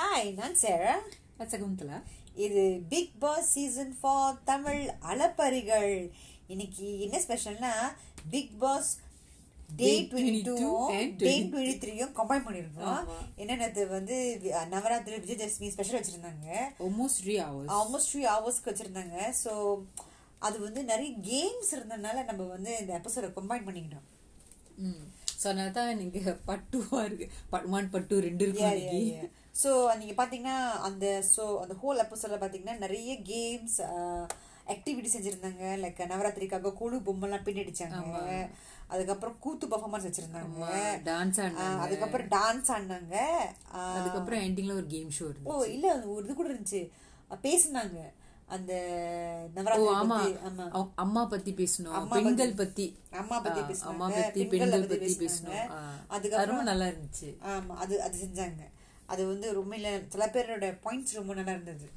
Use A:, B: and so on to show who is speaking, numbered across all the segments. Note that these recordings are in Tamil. A: Hi, நான் சேரா
B: நான் சகுந்தலா
A: இது Bigg Boss season four Tamil அலப்பரிகள் இன்னைக்கு என்ன ஸ்பெஷல்னா Bigg Boss day
B: Day
A: twenty
B: 22
A: டூவும்
B: and
A: டே
B: 23
A: டுவெண்ட்டி த்ரீயும் கம்பைன் பண்ணியிருக்கோம்
B: ஆமா.
A: ஏன்னா நேற்று வந்து வி- நவராத்திரி விஜயதசமி ஸ்பெஷல் வச்சுருந்தாங்க
B: almost three hours
A: almost three ஹவர்ஸ்க்கு வச்சுருந்தாங்க ஸோ அது வந்து நிறைய கேம்ஸ் இருந்ததுனால நம்ம வந்து இந்த எபிசோட கம்பைன் பண்ணிக்கிட்டோம்
B: ம் ஸோ Hmm. அதனால தான் நீங்க பட்டுவா இருக்கு பட் ஒன் பட்டு ரெண்டு இருக்கும் இன்னைக்கு
A: ஸோ நீங்க பாத்தீங்கன்னா அந்த ஸோ அந்த ஹோல் எபிசோட்ல பாத்தீங்கன்னா நிறைய கேம்ஸ் ஆக்டிவிட்டி செஞ்சிருந்தாங்க லைக் நவராத்திரிக்காக கொழு பொம்மைலாம் பின்னடிச்சாங்க அதுக்கப்புறம் கூத்து பர்ஃபார்மன்ஸ் வச்சிருந்தாங்க
B: டான்ஸ்
A: ஆ,
B: ஆடினாங்க
A: அதுக்கப்புறம் டான்ஸ் ஆடினாங்க ஆ,
B: அதுக்கப்புறம் எண்டிங்ல ஒரு கேம் ஷோ
A: ஓ
B: இருக்கு
A: இல்ல ஒரு இது கூட இருந்துச்சு அ, பேசுனாங்க அந்த
B: ஓ
A: நவராத்திரி
B: ஆமா
A: பத்தி, ஆமா
B: அவங்க அம்மா பத்தி பேசணும்
A: அம்மா பத்தி-
B: பெண்கள் பத்தி
A: அம்மா பத்தி
B: ஆ,
A: பேசுனாங்க,
B: அம்மா பத்தி
A: பெண்களை
B: பெண்கள்
A: பத்தி
B: பத்தி
A: பேசுனாங்க.
B: பேசணும் ஆ. அது
A: அதுக்கப்புறம்
B: ரொம்ப நல்லா இருந்துச்சு
A: ஆமா அது அது செஞ்சாங்க அது வந்து ரொம்ப இல்ல சில பேரோட பாயிண்ட்ஸ் ரொம்ப நல்லா இருந்தது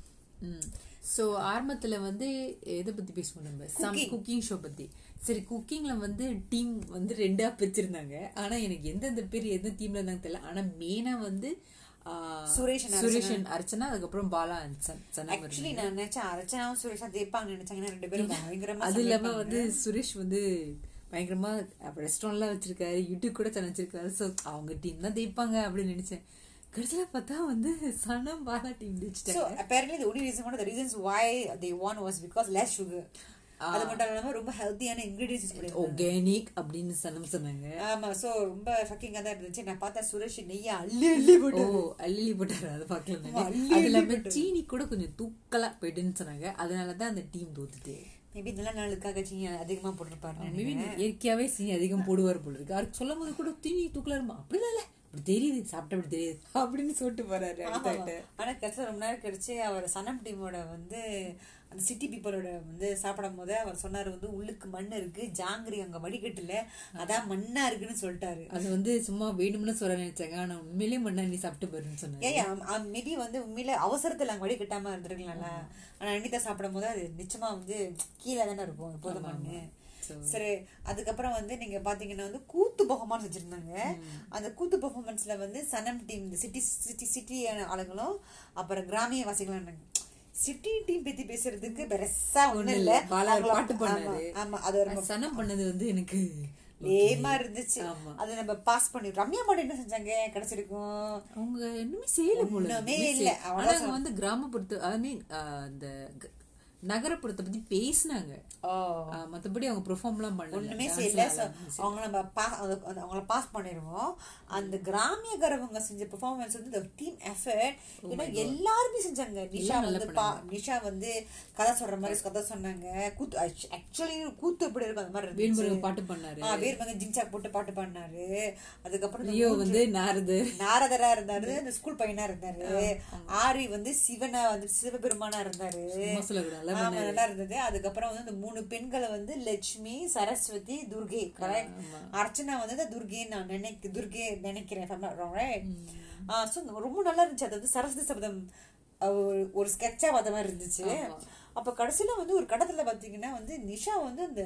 B: ம் ஸோ ஆரம்பத்துல வந்து எதை பத்தி பேசுவோம் நம்ம சம் குக்கிங் ஷோ பத்தி சரி குக்கிங்ல வந்து டீம் வந்து ரெண்டா பிரிச்சிருந்தாங்க ஆனா எனக்கு எந்தெந்த பேர் எந்த டீம்ல இருந்தாங்க தெரியல ஆனா மெயினா வந்து ஆ,
A: சுரேஷ் and
B: சுரேஷன் அர்ச்சனா அதுக்கப்புறம் பாலா and சன்- சனம்
A: ஆக்சுவலி நான் நினைச்சேன் அர்ச்சனாவும் சுரேஷா ஜெயிப்பாங்க நினைச்சாங்கன்னா ரெண்டு பேரும் பயங்கரமா
B: அது இல்லாம
A: சமைப்பாங்க.
B: வந்து சுரேஷ் வந்து பயங்கரமா ரெஸ்டாரண்ட்ல வச்சிருக்காரு யூடியூப் கூட சேனல் வச்சிருக்காரு ஸோ அவங்க டீம் தான் ஜெயிப்பாங்க அப்படின்னு நினைச்சேன் கடைசியில பார்த்தா வந்து சனம் பாலா டீம் ஜெயிச்சிட்டாங்க
A: So, apparently the only reason one of the reasons why they won was because less sugar. அது மட்டும் இல்லாம ரொம்ப ஹெல்த்தியான இன்கிரீடியன்ஸ் யூஸ் பண்ணிருக்காங்க
B: ஆர்கானிக் அப்படின்னு சனம் சொன்னாங்க
A: ஆமா சோ ரொம்ப ஃபக்கிங்கா தான் இருந்துச்சு நான் பார்த்தா சுரேஷ் நெய்ய அள்ளி அள்ளி
B: ஓ
A: போட்டு
B: அள்ளி Oh, போட்டாரு அதை பார்க்கல
A: ஆமா,
B: நானு.
A: அள்ளி
B: அது இல்லாம
A: அள்ளி போட்டாரு.
B: சீனி கூட கொஞ்சம் தூக்கலா போயிட்டுன்னு சொன்னாங்க அதனால தான் அந்த டீம் தோத்துட்டு
A: மேபி நல்ல நாளுக்காக சீனி அதிகமா போட்டிருப்பாரு
B: மேபி இயற்கையாவே சீனி அதிகம் போடுவார் போல இருக்கு அவருக்கு சொல்லும் போது கூட சீனி தூக்கலா இருமா அப்படிலாம் இல்ல அப்படி தெரியுது சாப்பிட்ட அப்படி தெரியுது அப்படின்னு சொல்லிட்டு போறாரு
A: ஆமா.
B: அடுத்த
A: ஆனா கடைசியில ரொம்ப நேரம் கழிச்சு அவர் சனம் டீமோட வந்து அந்த சிட்டி பீப்புளோட வந்து சாப்பிடும் போது அவர் சொன்னாரு வந்து உள்ளுக்கு மண் இருக்கு ஜாங்கிரி அங்க வடிகட்டுல அதான் மண்ணா இருக்குன்னு சொல்லிட்டாரு
B: அது வந்து சும்மா வேணும்னு சொல்ல நினைச்சாங்க ஆனா உண்மையிலேயே மண்ணா நீ சாப்பிட்டு பாருன்னு சொன்னாங்க
A: ஏன் மேபி வந்து உண்மையில அவசரத்துல அங்க வடிகட்டாம இருந்திருக்கலாம்ல ஆனா அனிதா சாப்பிடும் போது அது நிச்சயமா வந்து கீழே தானே இருக்கும் எப்போதும் மண்ணு
B: So,
A: சரி அதுக்கப்புறம் வந்து நீங்க பாத்தீங்கன்னா வந்து கூத்து பர்ஃபார்மன்ஸ் வச்சிருந்தாங்க அந்த கூத்து பர்ஃபார்மன்ஸ்ல வந்து சனம் டீம் இந்த சிட்டி சிட்டி சிட்டியான ஆளுங்களும் அப்புறம் கிராமிய வாசிகளும் இருந்தாங்க சிட்டி டீம் பத்தி பேசுறதுக்கு பெருசா ஒண்ணு
B: ஒண்ணும்
A: இல்ல
B: இல்ல. பாலா ஒரு
A: அவங்கள-
B: பாட்டு
A: ஆமா,
B: பண்ணாரு
A: ஆமா அது ஒரு
B: அது சனம் பண்ணது வந்து எனக்கு
A: லேமா இருந்துச்சு
B: ஆமா.
A: அது நம்ம பாஸ் பண்ணி ரம்யா மாடு என்ன செஞ்சாங்க கிடைச்சிருக்கும்
B: அவங்க இன்னுமே செய்யல போல இருக்கு.
A: ஒண்ணுமே
B: இன்னுமே
A: இல்ல.
B: செய்யல. ஆனா
A: அவ்வளவுதான்
B: அவங்க வந்து கிராமப்புறத்து ஐ மீன் அந்த க- நகரப்புறத்தை பத்தி பேசினாங்க
A: ஓ
B: ஆஹ் மத்தபடி அவங்க பெர்ஃபார்ம் எல்லாம் பண்ணல
A: ஒண்ணுமே
B: Dance
A: செய்யல
B: எல்லாம்
A: So,
B: ஆடல.
A: அவங்க நம்ம பா- அது- அது- அவங்கள பாஸ் பண்ணிடுவோம் அந்த கிராமியக்காரவங்க செஞ்ச பெர்ஃபார்மன்ஸ் வந்து இந்த டீம் எஃபர்ட் ஏன்னா எல்லாருமே செஞ்சாங்க நிஷா
B: நல்லா
A: வந்து பா- நிஷா வந்து கதை சொல்ற மாதிரி கதை சொன்னாங்க கூத்து ஆக்சுவலி கூத்து எப்படி இருக்கும் அந்த மாதிரி இருந்துச்சு
B: வேல்முருகன் பாட்டு பண்ணாரு
A: ஆ, வீரமகன் ஜிங்சாக் போட்டு பாட்டு பாடினாரு அதுக்கப்புறம் இந்த
B: ரியோ
A: மூஞ்சு-
B: வந்து நாரது
A: நாரதரா இருந்தாரு அந்த ஸ்கூல் பையனா இருந்தாரு ஆரி வந்து சிவனா வந்து சிவபெருமானா இருந்தாரு
B: சும்மா சொல்லக்கூடாது. நல்லா
A: ஆமா, நல்லா இருந்தது அதுக்கப்புறம் வந்து இந்த மூணு பெண்களை வந்து லட்சுமி சரஸ்வதி துர்கை correct? அர்ச்சனா வந்து இந்த துர்கை நான் நினைக்க துர்கை நினைக்கிறேன் if I'm not wrong, right? Ah, so ரொம்ப நல்லா இருந்துச்சு அது வந்து சரஸ்வதி சபதம் அ, ஒரு- ஒரு ஸ்கெட்சா பார்த்த மாதிரி இருந்துச்சு அப்ப கடைசியில வந்து ஒரு கடத்துல பாத்தீங்கன்னா வந்து நிஷா வந்து அந்த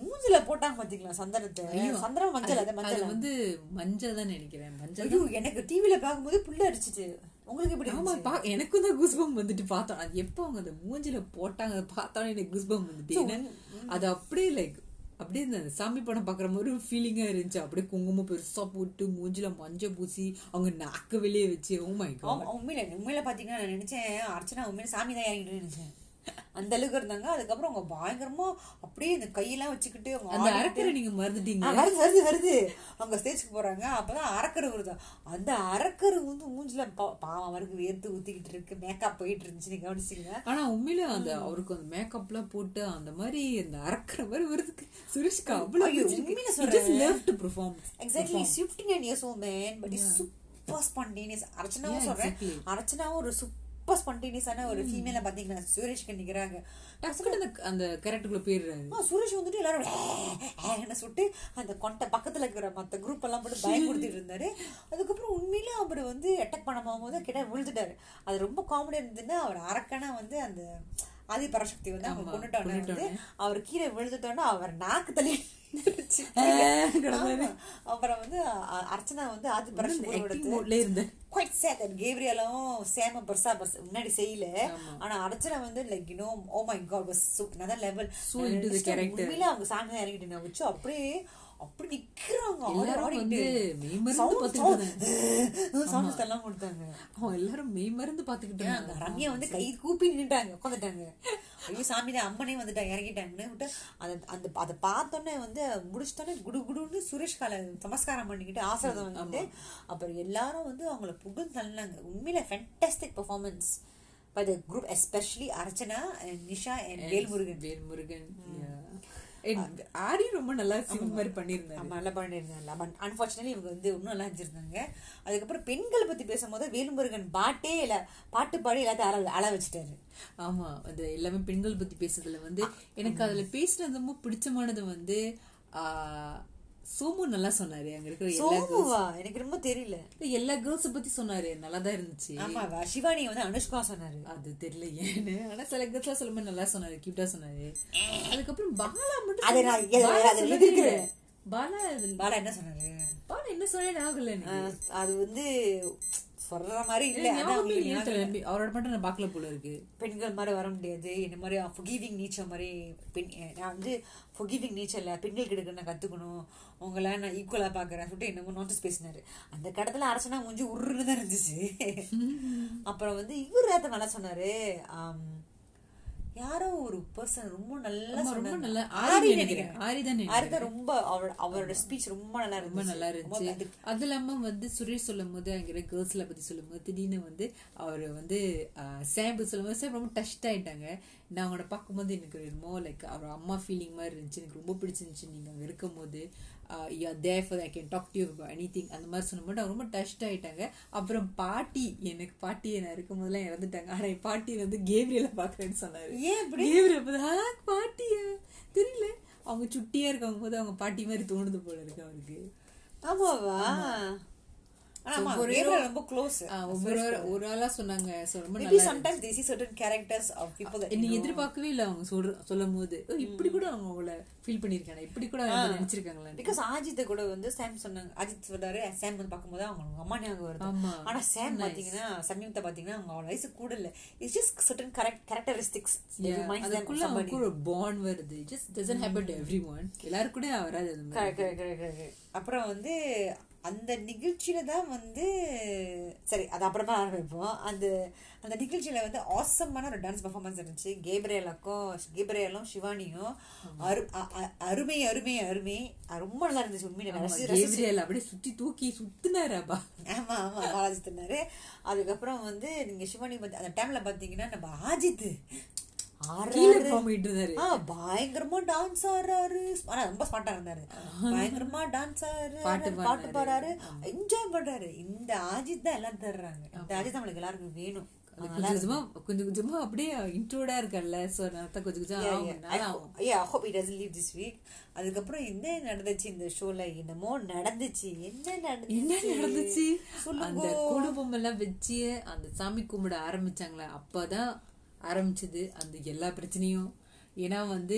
A: மூஞ்சில போட்டாங்க பாத்தீங்களா சந்தனத்தை சந்தனம் மஞ்சள் அது
B: அது
A: மஞ்சள்
B: வந்து மஞ்சள் தான் நினைக்கிறேன் மஞ்சள்
A: ஐயோ எனக்கு டிவில பாக்கும்போது புள்ள அடிச்சிட்டு உங்களுக்கு எப்படி
B: ஆமா
A: இருந்துச்சு?
B: பா- எனக்கும் தான் குஸ்பம் வந்துட்டு பார்த்தோம் அது எப்போ அவங்க அந்த மூஞ்சில போட்டாங்க அதை பார்த்தாலும் எனக்கு குஸ்பம் வந்துட்டு ஏன்னா, அது அப்படியே லைக் அப்படியே இந்த சாமி படம் பாக்குற மாதிரி ஒரு ஃபீலிங்கா இருந்துச்சு அப்படியே குங்குமம் பெருசா போட்டு மூஞ்சில மஞ்சள் பூசி அவங்க நாக்கு வெளியே வச்சு oh ஓ மை காட்
A: ஆமா, உண்மையில உண்மையில பாத்தீங்கன்னா நான் நினைச்சேன் அர்ச்சனா உண்மையில சாமி தான் இறங்கிட்டு நினைச்சேன் அந்த அளவுக்கு இருந்தாங்க அதுக்கப்புறம் அவங்க பயங்கரமா அப்படியே இந்த கையெல்லாம் வச்சுக்கிட்டு அவங்க
B: அந்த
A: ஆடி-
B: அரக்கரை நீங்க மறந்துட்டீங்க
A: ஆ, வருது வருது வருது அவங்க ஸ்டேஜ்க்கு போறாங்க அப்பதான் அரக்கர் வருது அந்த அரக்கர் வந்து மூஞ்சில பா- பாவம் அவருக்கு வேர்த்து ஊத்திக்கிட்டு இருக்கு மேக்கப் போயிட்டு இருந்துச்சு நீங்க கவனிச்சீங்களா
B: ஆனா உண்மையில அந்த அவருக்கு அந்த மேக்கப்லாம் போட்டு அந்த மாதிரி அந்த அரக்கிற மாதிரி வருதுக்கு சுரேஷ்க்கு அவ்வளவு
A: ஐயோ,
B: பிடிச்சிருக்கு.
A: உண்மையில
B: He
A: சொல்றேன்.
B: just loved to perform.
A: Exactly fifty nine years old man but is super spontaneous அர்ச்சனாவும்
B: Yeah,
A: சொல்றேன்
B: exactly. Hmm.
A: அர்ச்சனாவும் ஒரு சூப்பர் ஸ்பான்டேனியஸான ஒரு ஃபீமேல பாத்தீங்கன்னா சுரேஷ்க்கு நிக்கிறாங்க
B: டக்குனு அந்த- அந்த கேரக்டருக்குள்ள போயிடுறாரு
A: ஆ, சுரேஷ் வந்துட்டு எல்லாரும் என்ன சுட்டு அந்த கொண்ட பக்கத்துல இருக்கிற மத்த குரூப் எல்லாம் போட்டு பயமுறுத்திட்டு இருந்தாரு அதுக்கப்புறம் உண்மையிலே அவர் வந்து அட்டாக் பண்ண போகும்போது கிட்ட விழுந்துட்டாரு அது ரொம்ப காமெடி இருந்ததுன்னா அவர் அரக்கனா வந்து அந்த ஆதி பரசக்தி வந்து அவங்க கொண்டுட்டோன்னு வந்து அவர் கீழே விழுந்துட்டோன்னா அவர் நாக்கு தள்ளி
B: ஆ, கிடந்தாரு.
A: ஆமா. அப்புறம் வந்து அ- அர்ச்சனா வந்து ஆதி
B: acting
A: பரசக்தி
B: modeலே இருந்தாரு.
A: குவைட் சேட் தட் கேப்ரியலும் சேம பெருசா பெருசா முன்னாடி செய்யல ஆனா அர்ச்சனா வந்து like you know oh my God was so another level
B: So into the character.
A: உண்மையில அவங்க சாங் இறங்கிட்டு நான் வச்சு அப்படியே அப்படி நிக்கிறாங்க ஆடி
B: எல்லாரும்
A: ஆடிட்டு
B: வந்து மெய்மருந்து
A: சவுண்ட்
B: பார்த்துக்கிட்டு இருந்தாங்க.
A: சவுண்ட் சவுண்ட்ஸ் எல்லாம் கொடுத்தாங்க
B: அவன் எல்லாரும் மெய்மருந்து பார்த்துக்கிட்டு
A: அந்த
B: இருந்தாங்க
A: ரம்யா வந்து கை கூப்பி நின்னுட்டாங்க உட்காந்துட்டாங்க ஐயோ சாமி தான் அம்மனே வந்துட்டாங்க இறங்கிட்டாங்கன்னு விட்டு அந்த அந்த அதை பார்த்தோன்னே வந்து முடிச்சிட்டோன்னே குடு குடுன்னு சுரேஷ் கால நமஸ்காரம் பண்ணிக்கிட்டு ஆசிரதம் வந்து அப்புறம் எல்லாரும் வந்து அவங்கள புகழ் தள்ளினாங்க உண்மையில fantastic performance by the group especially Archana and Nisha and Velmurugan
B: Velmurugan Aari ரொம்ப நல்லா சிங் மாதிரி பண்ணியிருந்தாங்க
A: ஆமா நல்லா பண்ணியிருந்தாங்க பட் அன்ஃபார்ச்சுனேட்லி இவங்க வந்து இன்னும் நல்லா இருந்திருந்தாங்க அதுக்கப்புறம் பெண்கள் பத்தி பேசும்போது வேல்முருகன் பாட்டே இல்லை பாட்டு பாடி எல்லாத்தையும் அழ அழ வச்சுட்டாரு
B: ஆமா அது எல்லாமே பெண்கள் பத்தி பேசுறதுல வந்து எனக்கு அதுல பேசினது ரொம்ப பிடிச்சமானது வந்து ஆ, சோமு நல்லா சொன்னாரு அங்க இருக்கிற எல்லா
A: சோமுவா எனக்கு ரொம்ப தெரியல
B: எல்லா கேர்ள்ஸ பத்தி சொன்னாரு நல்லா தான் இருந்துச்சு
A: ஆமாவா சிவானி வந்து அனுஷ்கா சொன்னாரு
B: அது தெரியல ஏன்னு ஆனா சில கேர்ள்ஸ்லாம் சொல்லும் போது நல்லா சொன்னாரு கியூட்டா சொன்னாரு அதுக்கப்புறம் பாலா மட்டும்
A: அது நான் எது-
B: பாலா
A: அது
B: சொல்லவே
A: எதிர்க்கிறேன்.
B: இல்லை. பாலா அது-
A: பாலா என்ன சொன்னாரு
B: பாலா என்ன சொன்னே ஞாபகம் இல்லை எனக்கு.
A: அஹ் அது வந்து சொல்ற மாதிரி இல்ல அதான்
B: ஞாபகமே
A: உங்களுக்கு
B: இல்லையே
A: ஞாபகம்
B: தெரியல. அவரோட மட்டும் நான் பார்க்கல போல இருக்கு
A: பெண்கள் மாதிரி வர முடியாது இந்த மாதிரி ஃபுகிவிங் நீச்சர் மாதிரி பெண் நான் வந்து ஃபுகிவிங் நீச்சரில் பெண்கள் கிட்ட நான் கற்றுக்கணும் உங்களை நான் ஈக்குவலாக பார்க்குறேன் சொல்லிட்டு என்னமோ நோட்டீஸ் பேசினாரு அந்த கடத்தில் அரைச்சனா மூஞ்சி உருன்னு தான் இருந்துச்சு அப்புறம் வந்து இவர் ஏத்த நல்லா சொன்னார் யாரோ ஒரு பர்சன் ரொம்ப நல்லா
B: ஆமா, ரொம்ப
A: சொன்னாங்க.
B: நல்லா
A: ஆரி
B: ஆரி
A: நினைக்கிறேன்.
B: நினைக்கிறேன் ஆரி தான்
A: ஆரி தான் ரொம்ப அவரோட அவரோட ஸ்பீச் ரொம்ப நல்லா
B: ரொம்ப
A: இருந்துச்சு
B: நல்லா இருந்துச்சு
A: அது-
B: அது இல்லாம வந்து சுரேஷ் சொல்லும் போது அங்கிற கேர்ள்ஸ்ல பத்தி சொல்லும் போது திடீர்னு வந்து அவர் வந்து சாம்பிள் சொல்லும் போது சார் ரொம்ப டச்ட் ஆயிட்டாங்க நான் அவங்கள பார்க்கும்போது எனக்கு என்னமோ லைக் அவர் அம்மா ஃபீலிங் மாதிரி இருந்துச்சு எனக்கு ரொம்ப பிடிச்சிருந்துச்சு நீங்க அங்க இருக்கும்போது you are there for I can talk to you anything அந்த மாதிரி சொல்லும்போது அவங்க ரொம்ப டச்ட் ஆயிட்டாங்க அப்புறம் பாட்டி எனக்கு பாட்டி நான் இருக்கும்போதெல்லாம் இறந்துட்டாங்க ஆனா என் பாட்டி வந்து கேப்ரியல பாக்குறேன்னு சொன்னாரு
A: ஏன் இப்படி?
B: கேப்ரியல் பார்த்தா, "ஆ, பாட்டியா தெரியல அவங்க சுட்டியா இருக்காங்க போது அவங்க பாட்டி மாதிரி தோணுது போல இருக்கு அவருக்கு
A: ஆமாவா ஆனா, ஆமா
B: ஒவ்வொரு
A: கேப்ரியல் ரொம்ப க்ளோஸ்
B: ஆ, ஒவ்வொரு ஒரு- ஒரு ஆளா சொன்னாங்க so ரொம்ப
A: மேபி
B: நல்லா
A: sometimes they see certain characters of people that
B: நீ
A: you know.
B: எதிர்பார்க்கவே இல்ல அவங்க சொல்ற சொல்லும் போது "ஓ, இப்படி கூட அவங்க அவங்கள ஃபீல் பண்ணிருக்காங்க இப்படி கூட அவங்க நினைச்சிருக்காங்களா
A: பிகாஸ் ஆஜித் கூட வந்து சாம் சொன்னாங்க அஜித் சொல்றாரு சாம் வந்து பார்க்கும்போது அவங்க அவங்க அம்மா ஞாபகம் வருது
B: ஆமா.
A: ஆனா சாம் பாத்தீங்கன்னா சமீபத்தை பாத்தீங்கன்னா அவங்க அவள வயசு கூட இல்ல it's just certain correct characteristics
B: அதுக்குள்ள அவங்களுக்கு ஒரு பாண்ட் வருது just doesn't happen to everyone எல்லாரும் கூட வராது அது மாதிரி
A: அப்புறம் வந்து அந்த நிகழ்ச்சியில தான் வந்து சரி அது அப்புறமா ஆரம்பிப்போம் அந்த அந்த நிகழ்ச்சியில வந்து ஆசமான ஒரு டான்ஸ் பெர்ஃபார்மன்ஸ் இருந்துச்சு கேப்ரேலாக்கும் கேப்ரேலும் சிவானியும் அரு அ- அ- அருமை அருமை அருமை அ- ரொம்ப நல்லா இருந்துச்சு உண்மையில
B: ஆமா,
A: ரசி- ரசிச்சு
B: Gabriel அப்படியே சுத்தி தூக்கி சுத்துனாராபா
A: ஆமா ஆமா பாலாஜி தின்னாரு அதுக்கப்புறம் வந்து நீங்க சிவானி பத்தி அந்த டைம்ல பாத்தீங்கன்னா நம்ம ஆஜித்
B: கீழே
A: ஆறாரு
B: போமிட்டு இருந்தாரு
A: ஆ பயங்கரமா டான்ஸ் ஆடுறாரு ஆனா ரொம்ப ஸ்மார்ட்டா இருந்தாரு பயங்கரமா டான்ஸ் ஆடுறாரு
B: பாட்டு
A: பாட்டு
B: பாடுறாரு.
A: பாடுறாரு என்ஜாய் பண்றாரு இந்த ஆஜித் தான் எல்லாம் தர்றாங்க இந்த ஆஜித் நம்மளுக்கு எல்லாருக்கும் வேணும்
B: அது கொஞ்சம் கொஞ்சமா கொஞ்சம் கொஞ்சமா அப்படியே இன்ட்ரோடா இருக்கல்ல சோ நான் தான் கொஞ்சம் கொஞ்சம்
A: Yeah,
B: ஆகும்
A: yeah. I
B: நாள் ஆகும்
A: hope- yeah, I hope he doesn't leave this week. அதுக்கப்புறம் என்ன நடந்துச்சு இந்த ஷோல என்னமோ நடந்துச்சு என்ன நடந்துச்சு
B: என்ன நடந்துச்சு அந்த
A: சொல்லுங்க
B: கொலு பொம்மெல்லாம் வச்சு அந்த சாமி கும்பிட ஆரம்பிச்சாங்களே அப்பதான் ஆரம்பிச்சது அந்த எல்லா பிரச்சனையும் ஏன்னா வந்து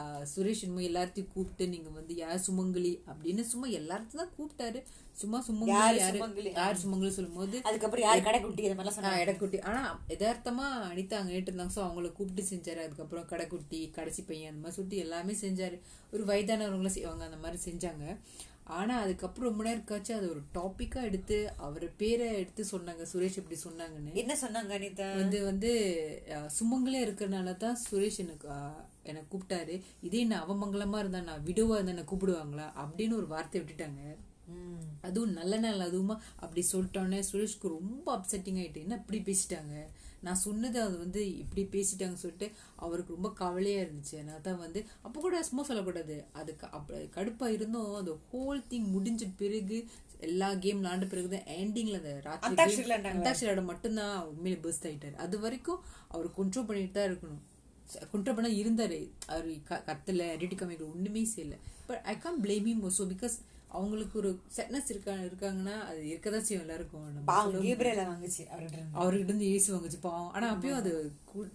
B: ஆஹ், சுரேஷ் இனிமே எல்லாத்தையும் கூப்பிட்டு நீங்க வந்து யார் சுமங்கலி அப்படின்னு சும்மா எல்லாத்தையும் தான் கூப்பிட்டாரு சும்மா
A: யாரு
B: சுமங்கலி யாரு
A: சுமங்கலி?
B: யார் சுமங்கலி சொல்லும்போது
A: அதுக்கப்புறம் யாரு கடைக்குட்டி அந்த மாதிரிலாம் சொன்னாங்க
B: நான் எடைக்குட்டி ஆனா எதார்த்தமா அனிதா அங்க நின்று இருந்தாங்க சோ அவங்கள கூப்பிட்டு செஞ்சாரு அதுக்கப்புறம் கடைக்குட்டி கடைசி பையன் அந்த மாதிரி சுட்டு எல்லாமே செஞ்சாரு ஒரு வயதானவங்கள செய்வாங்க அந்த மாதிரி செஞ்சாங்க ஆனா அதுக்கப்புறம் ரொம்ப நேரம் கழிச்சு அது ஒரு டாபிக்கா எடுத்து அவர் பேரை எடுத்து சொன்னாங்க சுரேஷ் இப்படி சொன்னாங்கன்னு
A: என்ன சொன்னாங்க அனிதா
B: வந்து வந்து அஹ், சுமங்கலியா இருக்கிறனால தான் சுரேஷ் எனக்கு அஹ், என்னை கூப்பிட்டாரு இதே நான் அவமங்கலமா இருந்தா நான் விடுவா இருந்தா என்னை கூப்பிடுவாங்களா அப்படின்னு ஒரு வார்த்தை விட்டுட்டாங்க
A: ம்.
B: அதுவும் நல்ல நாள் அதுவுமா அப்படி சொல்லிட்டோன்னே சுரேஷ்க்கு ரொம்ப அப்செட்டிங் ஆயிட்டு என்ன இப்படி பேசிட்டாங்க நான் சொன்னது அது வந்து இப்படி பேசிட்டாங்க சொல்லிட்டு அவருக்கு ரொம்ப கவலையா இருந்துச்சு அதனால தான் வந்து அப்போ கூட சும்மா சொல்லக்கூடாது அதுக்கு அப்ப கடுப்பா இருந்தோம் அந்த ஹோல் திங் முடிஞ்ச பிறகு எல்லா கேம் விளாண்ட பிறகு தான் எண்டிங்ல அந்த ராத்திரி
A: அந்தாக்ஷரி
B: game-
A: விளையாண்டாங்க.
B: அந்தாக்ஷரியோட மட்டும்தான் உண்மையில பெஸ்ட் ஆயிட்டாரு அது வரைக்கும் அவர் கண்ட்ரோல் பண்ணிட்டு தான் இருக்கணும் கண்ட்ரோல் பண்ண இருந்தாரு அவர் க- கத்தல ரெடி கம்மிக்கு ஒண்ணுமே செய்யல but I Khan blame him also because அவங்களுக்கு ஒரு செட்னஸ் இருக்கா இருக்காங்கன்னா அது இருக்கதான் செய்யும் எல்லாருக்கும் நம்ம
A: பாவம் கேப்ரேல வாங்குச்சு அவர்கிட்ட இருந்து.
B: அவர்கிட்ட இருந்து இயேசு வாங்குச்சு பாவம் ஆனா அப்பயும் அது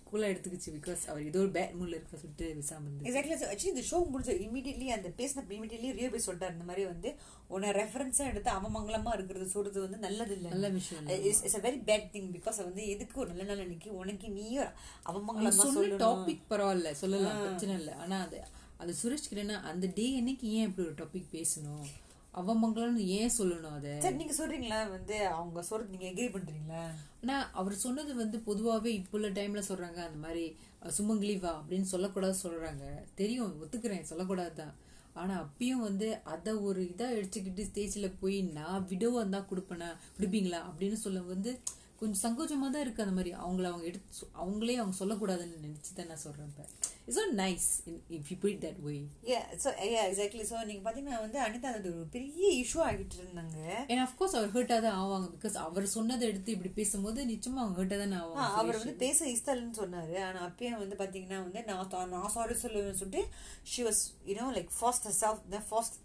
B: கூலா எடுத்துக்கிச்சு பிகாஸ் அவர் ஏதோ ஒரு பேட் மூல இருக்க சொல்லிட்டு விசாம இருந்து
A: எக்ஸாக்ட்லி ஆக்சுவலி இந்த ஷோ முடிஞ்ச இமீடியட்லி அந்த பேசின இமீடியட்லி ரியோ போய் சொல்லிட்டாரு இந்த மாதிரி வந்து உன்னை ரெஃபரன்ஸா எடுத்து அவமங்கலமா இருக்கிறது சொல்றது வந்து நல்லது இல்ல
B: நல்ல விஷயம் இல்ல.
A: It's a very bad thing because வந்து எதுக்கு ஒரு நல்ல நாள் அன்னைக்கு உனக்கு நீயே அவமங்கலமா
B: சொன்ன
A: சொல்லணும்
B: டாபிக் பரவாயில்ல சொல்லலாம் பிரச்சனை இல்ல ஆனா அது அது சுரேஷ் கிரேனா அந்த டே அன்னைக்கு ஏன் இப்படி ஒரு டாபிக் பேசணும் அவமங்கலம்னு ஏன் சொல்லணும் அதை
A: சரி நீங்க சொல்றீங்களா வந்து அவங்க சொல்றது நீங்க எக்ரி பண்றீங்களா
B: ஆனா அவர் சொன்னது வந்து பொதுவாவே இப்போ உள்ள டைம்ல சொல்றாங்க அந்த மாதிரி அஹ், சுமங்கலி வா அப்படின்னு சொல்லக்கூடாது சொல்றாங்க தெரியும் ஒத்துக்கிறேன் சொல்லக்கூடாது தான் ஆனா அப்பயும் வந்து அத ஒரு இதா எடுத்துக்கிட்டு ஸ்டேஜ்ல போய் நான் விடவா இருந்தா கொடுப்பேனா கொடுப்பீங்களா அப்படின்னு சொல்ல வந்து கொஞ்சம் சங்கோஜமா தான் இருக்கு அந்த மாதிரி அவங்கள அவங்க எடுத்து சொ- அவங்களே அவங்க சொல்லக்கூடாதுன்னு நினைச்சு தான் நான் சொல்றேன் இப்போ it's all nice if you put that way
A: uh so uh exactly so நீங்க பாத்தீங்கன்னா வந்து அனிதா அது ஒரு பெரிய இஷ்யூ ஆகிட்டு இருந்தாங்க
B: ஏன்னா அஃப்கோர்ஸ் அவர் ஹர்ட்டாக தான் ஆவாங்க பிகாஸ் அவர் சொன்னதை எடுத்து இப்படி பேசும்போது நிச்சயமா அவங்க ஹர்ட்டாக தானே
A: ஆ,
B: ஆவாங்க
A: அவர் வந்து பேச இஸ்தல்னு சொன்னாரு ஆனா அப்பயும் வந்து பாத்தீங்கன்னா வந்து நான் தா- நான் சாரி சொல்லுவேன்னு சொல்லிட்டு she was you know like fast self the fast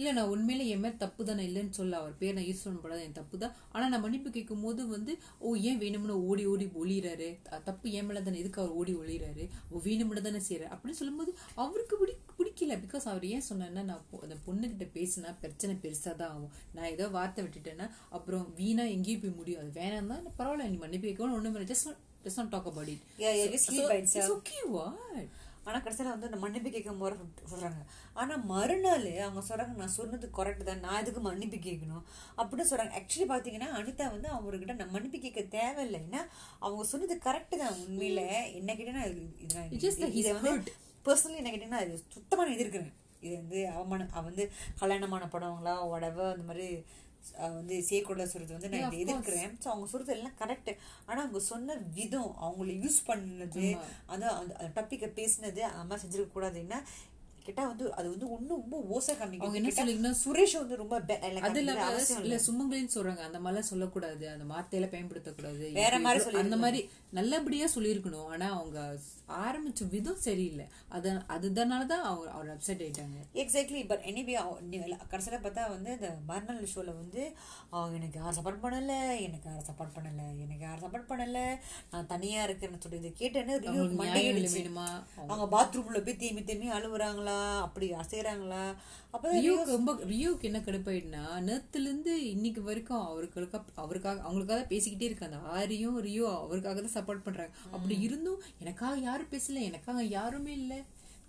B: இல்ல நான் உண்மையில என் மேல தப்பு தானே இல்லைன்னு சொல்ல அவர் பேர் நான் யூஸ் பண்ணப்படாது என் தப்பு தான் ஆனா நான் மன்னிப்பு கேட்கும் போது வந்து ஓ ஏன் வேணும்னு ஓடி ஓடி ஒளியறாரு தப்பு ஏன் மேல தானே எதுக்கு அவர் ஓடி ஒளியறாரு ஓ வேணும்னு தானே செய்யறாரு அப்படின்னு சொல்லும்போது அவருக்கு பிடி பிடிக்கல பிகாஸ் அவர் ஏன் சொன்னாருன்னா நான் பொ- அந்த பொண்ணுகிட்ட பேசினா பிரச்சனை பெருசா தான் ஆகும் நான் ஏதோ வார்த்தை விட்டுட்டேன்னா அப்புறம் வீணா எங்கேயும் போய் முடியும் அது வேணாம் தான் பரவாயில்ல நீ மன்னிப்பு கேட்கணும் ஒண்ணுமே just just not talk about it
A: Yeah, yeah, just heal by itself.
B: Okay what
A: ஆனா கடைசியில வந்து அந்த மன்னிப்பு கேட்க முறை சொல்றாங்க ஆனா மறுநாள் அவங்க சொல்றாங்க நான் சொன்னது கரெக்ட் தான் நான் எதுக்கு மன்னிப்பு கேட்கணும் அப்படின்னு சொல்றாங்க ஆக்சுவலி பாத்தீங்கன்னா அனிதா வந்து அவங்ககிட்ட நான் மன்னிப்பு கேட்க தேவையில்லை ஏன்னா அவங்க சொன்னது கரெக்ட் தான் உண்மையில என்ன கேட்டீங்கன்னா இது- இது நான்
B: It's just that he's
A: இதை வந்து
B: hurt.
A: பர்சனலி என்ன கேட்டீங்கன்னா இது சுத்தமா நான் எதிர்க்கிறேன் இது வந்து அவமானம் அவ வந்து கல்யாணமான படவங்களா உடவை அந்த மாதிரி அஹ், வந்து சேக்கூட சொல்றது வந்து நான்
B: Yeah,
A: இதை
B: of course.
A: எதிர்க்கிறேன் ஸோ அவங்க சொல்றது எல்லாம் கரெக்ட் ஆனா அவங்க சொன்ன விதம் அவங்கள யூஸ் பண்ணது அது அந்த டாப்பிக்கை பேசினது அந்த மாதிரி செஞ்சிருக்க கூடாதுன்னா கேட்டா வந்து அது வந்து ஒண்ணும் ரொம்ப ஓசை
B: அவங்க என்ன
A: காமிக்கும்
B: சொல்லுங்கன்னா
A: சுரேஷ் வந்து ரொம்ப bad- like
B: அது
A: அந்த
B: இல்லாம
A: அவசியம்
B: இல்ல
A: இல்லை.
B: சுமங்கலின்னு சொல்றாங்க அந்த மாதிரிலாம் சொல்லக்கூடாது அந்த வார்த்தையில பயன்படுத்தக்கூடாது
A: வேற மாதிரி
B: இது- அந்த மாதிரி நல்லபடியா சொல்லியிருக்கணும் ஆனா அவங்க ஆரம்பிச்ச விதம் சரியில்லை அது அதுதானாலதான் அவங்க அவர் அப்செட் ஆயிட்டாங்க
A: எக்ஸாக்ட்லி பட் எனிவே கடைசியில் பார்த்தா வந்து இந்த மறுநாள் ஷோவில் வந்து அவங்க எனக்கு யாரும் சப்போர்ட் பண்ணலை எனக்கு யாரும் சப்போர்ட் பண்ணலை எனக்கு யாரும் சப்போர்ட் பண்ணலை நான் தனியாக இருக்கிறேன்னு சொல்லி இதை கேட்டேன்னு ரியோ
B: அவங்களுக்கு நியாயம் இல்லை
A: மண்டையிடுச்சு
B: வேணுமா
A: அவங்க பாத்ரூமில் போய் தேமி தேமி அழுவுறாங்களா அப்படி அசைகிறாங்களா அப்போ
B: ரியோக்கு ரொம்ப ரியோக்கு என்ன கடுப்பாயிடுனா நேத்துல இருந்து இன்னைக்கு வரைக்கும் அவர்களுக்கு அவருக்காக அவங்களுக்காக தான் பேசிக்கிட்டே இருக்காங்க ஆரியும் ரியோ அவருக்காக தான் சப்போர்ட் பண்றாங்க அப்படி இருந்தும் எனக்காக யாரும் பேசல எனக்காக யாருமே இல்ல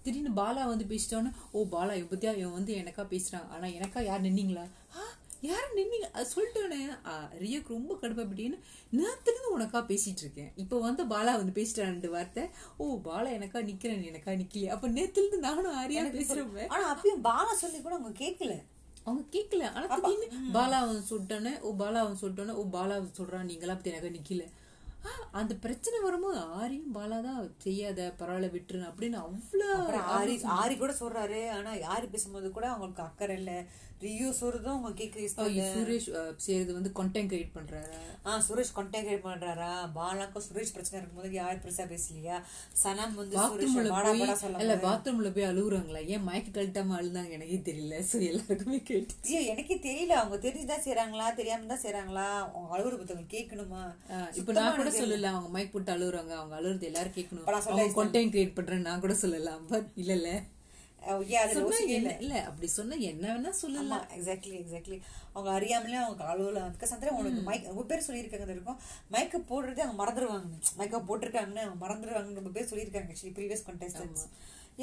B: திடீர்னு பாலா வந்து பேசிட்டோன்னு ஓ பாலா இப்பத்தியா இவன் வந்து எனக்கா பேசுறான் ஆனா எனக்கா யார் நின்னீங்களா ஆ, யாரும் நின்னீங்க அது சொல்லிட்டோன்னே ஆ, ரியோக்கு ரொம்ப கடுப்பா அப்படின்னு நேத்துல இருந்து உனக்கா பேசிட்டு இருக்கேன் இப்போ வந்து பாலா வந்து பேசிட்டான் ரெண்டு வார்த்தை ஓ பாலா எனக்கா நிக்கிறேன் நீ எனக்கா நிக்கலையே அப்ப நேத்துல இருந்து நானும் ஆரியா பேசுறேன்
A: ஆனா அப்பயும் பாலா சொல்லி கூட அவங்க கேட்கல
B: அவங்க கேட்கல ஆனா திடீர்னு பாலா அவன் சொல்லிட்டானே ஓ பாலா அவன் சொல்லிட்டானே ஓ பாலா அவன் சொல்றான் நீங்களா பத்தி எனக்கு நிக்கல ஆ, அந்த பிரச்சனை வரும்போது ஆரியும் பாலா தான் செய்யாத பரவாயில்ல விட்டுரு அப்படின்னு அவ்வளவு
A: அப்புறம் ஆரி ஆரி கூட சொல்றாரு ஆனா யாரு பேசும்போது கூட அவங்களுக்கு அக்கறை இல்ல ரியூ சொல்றதும் அவங்க கேட்க
B: ஐயோ,
A: இஷ்டம்
B: சுரேஷ் அ, செய்யறது வந்து கண்டென்ட் கிரியேட் பண்றாரு
A: ஆ சுரேஷ் கான்டாக்ட் பண்றாரா பாலாக்கும் சுரேஷ் பிரச்சனை இருக்கும்போது யார் பெருசா பேசலையா சனம் வந்து சுரேஷ்
B: பாத்ரூம்ல
A: வாடா
B: போய்
A: வாடா சொல்ல
B: இல்ல பாத்ரூம்ல போய் அழுகுறாங்களா ஏன் மயக்க கழட்டாம அழுதாங்க எனக்கே தெரியல சோ எல்லாருக்குமே கேட்டு
A: ஐயோ எனக்கே தெரியல அவங்க தெரிஞ்சுதான் செய்றாங்களா தெரியாம தான் செய்றாங்களா அவங்க அலுவலக புத்தகம் கேட்கணுமா
B: ஆ, இப்ப நான் கூட சொல்லல அவங்க மைக் போட்டு அழுகுறாங்க அவங்க அழுகுறது எல்லாரும் கேட்கணும்
A: இப்ப நான் சொல்ல
B: அவங்க கண்டென்ட் கிரியேட் பண்றேன் நான் கூட சொல்லலாம் பட் இல்லல
A: ஐயா அது
B: சொன்னா
A: யோசிக்கவே
B: என்ன- இல்ல அப்படி சொன்னா என்ன வேணா சொல்லலாம்
A: ஆமா எக்ஸாக்ட்லி எக்ஸாக்ட்லி அவங்க அறியாமலே அவங்க அலுவல அதுக்கு சந்திரம் உனக்கு மைக் ரொம்ப பேர் சொல்லியிருக்காங்க அந்த இருக்கும் மைக்க போடுறதே அவங்க மறந்துடுவாங்க மைக்க போட்டிருக்காங்கன்னு அவங்க மறந்துடுவாங்கன்னு ரொம்ப பேர் சொல்லியிருக்காங்க ஆக்சுவலி ப்ரீவியஸ் contestants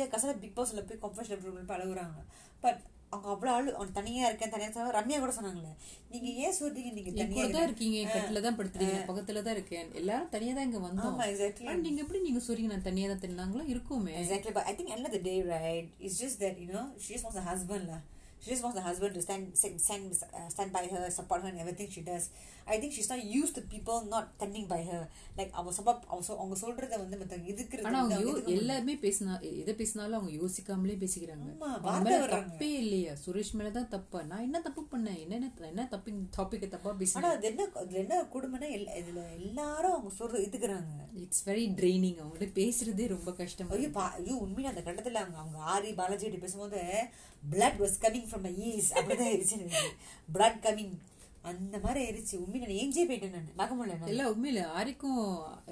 A: ஏன் கசல பிக் பாஸ்ல போய் கம்ஃபர்ஷனல் ரூம்ல போய் அழுகுறாங்க பட் அவங்க அவ்வளவு அழு அவங்க தனியா இருக்கேன் தனியா இருக்கேன். ரம்யா கூட சொன்னாங்களே நீங்க ஏன் சொல்றீங்க நீங்க தனியா
B: கூட தான்
A: இருக்கேன்
B: இருக்கீங்க கட்டில தான் படுத்துறீங்க பக்கத்துல தான் இருக்கேன் எல்லாரும் தனியா தான் இங்க வந்தோம்
A: ஆமா எக்ஸாக்ட்லி
B: ஆனா நீங்க எப்படி நீங்க சொல்றீங்க நான் தனியா தான் தின்னாங்களா இருக்குமே
A: Exactly, but I think end of the day, right? It's just that you know she just wants a husband, lah. She just wants the husband to stand stand stand, uh, stand by her, support her in everything she does. I think she's not used to people not standing by her. Like அவங்க support அவங்க சொ- அவங்க சொல்றத வந்து மத்தவங்க எதிர்க்கிறது
B: ஆனா
A: வந்து
B: அவங்க
A: அவங்க
B: யோ-
A: எதிர்க்க மாட்டாங்க.
B: எல்லாருமே பேசினா எ- எதை பேசினாலும் அவங்க யோசிக்காமலே பேசிக்கிறாங்க
A: ஆமா,
B: அவங்க
A: வார்த்தை
B: மேல
A: வர்றாங்க.
B: தப்பே இல்லையா சுரேஷ் மேலதான் தப்பா நான் என்ன தப்பு பண்ணேன் என்ன என்ன- என்ன தப்பு டாபிக் தப்பா
A: ஆனா
B: பேசினேன்
A: அது என்ன இதுல என்ன கொடுமைன்னா எல்லா- இதுல எல்லாரும் அவங்க சொல்றது எதுக்குறாங்க
B: இட்ஸ் வெரி ட்ரைனிங் அவங்கள்ட்ட பேசுறதே ரொம்ப கஷ்டமா
A: ஐயோ பா ஐயோ உண்மையில அந்த கட்டத்துல அவங்க அவங்க ஆரி பாலாஜி கிட்ட பேசும்போது blood was coming from my ears அப்படிதான் இருந்துச்சு பிளட் கமிங் அந்த மாதிரி இருந்துச்சு உண்மையில ஏஞ்சே போயிட்டேன் நான் பார்க்க முடியல
B: இல்ல உண்மையில ஆரிக்கும்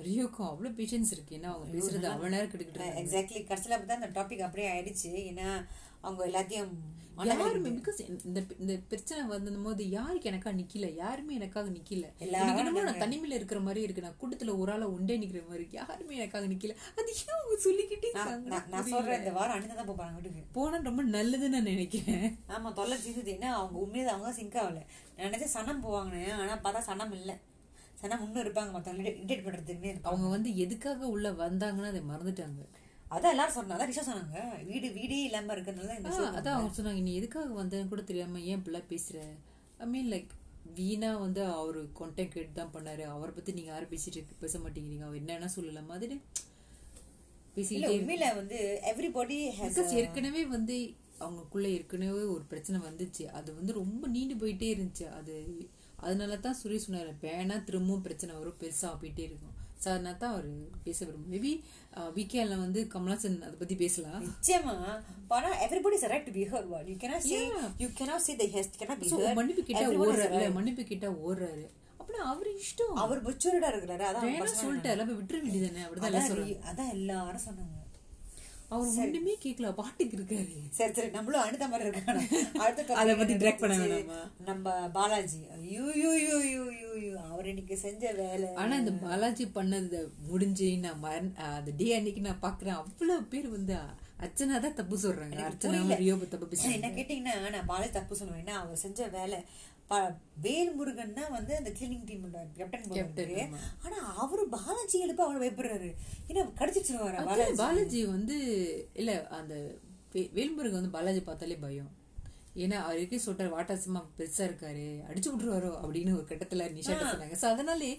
B: ரியோக்கும் அவ்வளவு பேஷன்ஸ் இருக்கு ஏன்னா அவங்க பேசுறது அவ்வளவு நேரம் கிட்டுக்கிட்டு
A: எக்ஸாக்ட்லி கடைசியில் அப்போ தான் அந்த டாபிக் அப்படியே ஆயிடுச்சு ஏன்னா அவங்க எல்லாத்தையும்
B: யாருமே பிகாஸ் இந்த இந்த பிரச்சனை வந்த போது யாருக்கு எனக்கா நிக்கல யாருமே எனக்காக நிக்கல
A: எல்லாரும்
B: எனக்கு என்னமோ நான் தனிமையில இருக்கிற மாதிரி இருக்கு நான் கூட்டத்துல ஒரு ஆளை ஒண்டே நிக்கிற மாதிரி இருக்கு யாருமே எனக்காக நிக்கல அது ஏன் அவங்க சொல்லிக்கிட்டே
A: நான்
B: இருக்காங்க?
A: நான்- நான் சொல்றேன் இந்த வாரம் அண்ணன் தான் போறாங்க வீட்டுக்கு
B: போனா ரொம்ப நல்லதுன்னு நான் நினைக்கிறேன்
A: ஆமா தொல்லை தீர்ந்தது என்ன அவங்க உண்மையில அவங்க சிங்க் ஆகல நான் நினைச்ச சனம் போவாங்கன்னு ஆனா பார்த்தா சனம் இல்ல சனம் இன்னும் இருப்பாங்க மத்தவங்க இன்டேட் பண்றதுக்குன்னே இருப்பாங்க
B: அவங்க வந்து எதுக்காக உள்ள வந்தாங்கன்னு அதை மறந்துட்டாங்க
A: அதான் எல்லாரும் சொன்னாங்க அதான் ரிஷா சொன்னாங்க வீடு வீடே இல்லாம இருக்கிறதுனால தான் இந்த
B: ஆ,
A: show
B: அதான் அவங்க சொன்னாங்க நீ எதுக்காக வந்தேன்னு கூட தெரியாம ஏன் இப்படிலாம் பேசுற ஐ மீன் லைக் வீணா வந்து அவரு கான்டாக்ட் கிரியேட் தான் பண்ணாரு அவரை பத்தி நீங்க யாரும் பேசிட்டு இருக்கு- பேச மாட்டேங்கிறீங்க அவர் என்னன்னா சொல்லல மாதிரி
A: இல்ல
B: பேசிக்கிட்டே
A: உண்மையில வந்து எவ்ரிபடி ஹேஸ்
B: பிகாஸ் ஏற்கனவே வந்து அவங்களுக்குள்ள ஏற்கனவே ஒரு பிரச்சனை வந்துச்சு அது வந்து ரொம்ப நீண்டு போயிட்டே இருந்துச்சு அது அதனால தான் சுரேஷ் சொன்னாரு வேணா திரும்பவும் பிரச்சனை வரும் பெருசா போயிட்டே இருக்கும் ஸோ அதனால தான் அவர் பேச விரும்பும் மேபி வீக்கேல வந்து கமலாசன் அதை பத்தி பேசலாம்
A: நிச்சயமா ஆனா everybody is right to be her what you cannot say you cannot say the haste cannot be
B: So,
A: her
B: மன்னிப்பு கிட்ட ஓடுறாரு மன்னிப்பு கிட்ட ஓடுறாரு அப்படின்னா அவர் இஷ்டம்
A: அவர் மெச்சூர்டா இருக்கிறாரு அதான்
B: வேணா சொல்லிட்டாரு அப்ப விட்டுற வேண்டியதானே அப்படிதான் எல்லாம்
A: அதான்
B: சொல்றாரு
A: re- அதான் எல்லாரும் சொன்னாங்க
B: அவர் ஒண்ணுமே கேட்கல பாட்டுக்கு இருக்காரு
A: சரி சரி நம்மளும் அனிதா மாதிரி இருக்காங்க அடுத்த topic
B: அதை பத்தி
A: என்ன
B: drag பண்ண
A: வந்துச்சு?
B: வேணாமா?
A: நம்ம பாலாஜி ஐயோ ஐயோ ஐயோ ஐயோ ஐயோ ஐயோ அவர் இன்னைக்கு செஞ்ச வேலை
B: ஆனா இந்த பாலாஜி பண்ணது முடிஞ்சு நான் மரண- அந்த டே அன்னைக்கு நான் பாக்குறேன் அவ்வளவு பேர் வந்து அர்ச்சனா தான் தப்பு சொல்றாங்க அர்ச்சனா ரியோ தப்பு பேசுறாங்க
A: என்ன கேட்டீங்கன்னா நான் பாலாஜி தப்பு சொல்லுவேன் ஏன்னா அவர் செஞ்ச வேலை ப- வேல்முருகன் தான் வந்து அந்த கிளீனிங் டீம் கேப்டன் போட்டு ஆனா அவரு பாலாஜி எழுப்ப அவரை பயப்படுறாரு ஏன்னா கடிச்சிருவாரு பாலாஜி
B: பாலாஜி வந்து இல்ல அந்த வே- வேல்முருகன் வந்து பாலாஜி பார்த்தாலே பயம் ஏன்னா அவருக்கே சொல்றாரு வாட்டாசமா பெருசா இருக்காரு அடிச்சு விட்டுருவாரோ அப்படின்னு ஒரு கட்டத்துல நிஷா கிட்ட சொன்னாங்க சோ அதனாலே